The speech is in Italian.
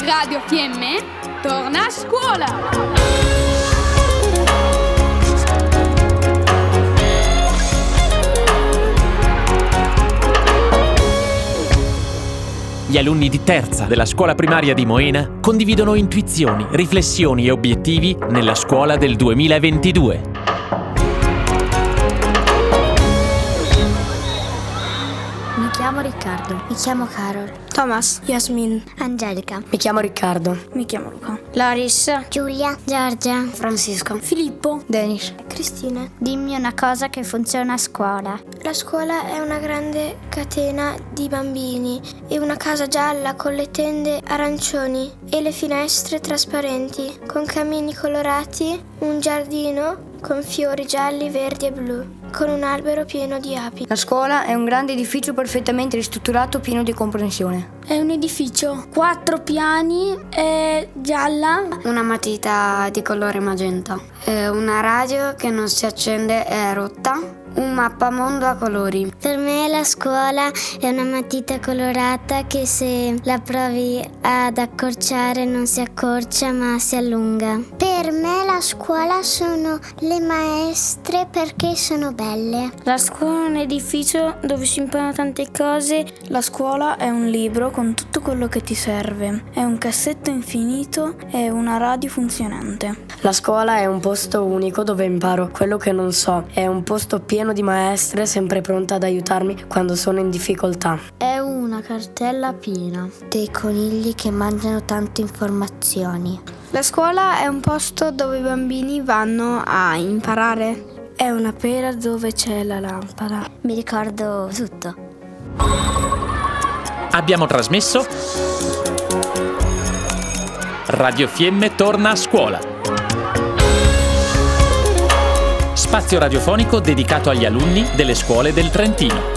Radio Fiemme torna a scuola! Gli alunni di terza della scuola primaria di Moena condividono intuizioni, riflessioni e obiettivi nella scuola del 2022. Mi chiamo Riccardo. Mi chiamo Carol. Thomas. Yasmin. Angelica. Mi chiamo Riccardo. Mi chiamo Luca. Loris. Giulia. Giorgia. Francisco. Filippo. Denis. Cristina. Dimmi una cosa che funziona a scuola. La scuola è una grande catena di bambini e una casa gialla con le tende arancioni e le finestre trasparenti, con camini colorati, un giardino con fiori gialli, verdi e blu, con un albero pieno di api. La scuola è un grande edificio perfettamente ristrutturato, pieno di comprensione. È un edificio, quattro piani, è gialla. Una matita di colore magenta. È una radio che non si accende è rotta. Un mappamondo a colori. Per me la scuola è una matita colorata che se la provi ad accorciare non si accorcia ma si allunga. Per me la scuola sono le maestre perché sono belle. La scuola è un edificio dove si imparano tante cose. La scuola è un libro con tutto quello che ti serve. È un cassetto infinito e una radio funzionante. La scuola è un posto unico dove imparo quello che non so. È un posto pieno di maestre sempre pronte ad aiutarmi quando sono in difficoltà. È una cartella piena dei conigli che mangiano tante informazioni. La scuola è un posto dove i bambini vanno a imparare. È una pera dove c'è la lampada. Mi ricordo tutto. Abbiamo trasmesso Radio Fiemme torna a scuola spazio radiofonico dedicato agli alunni delle scuole del Trentino.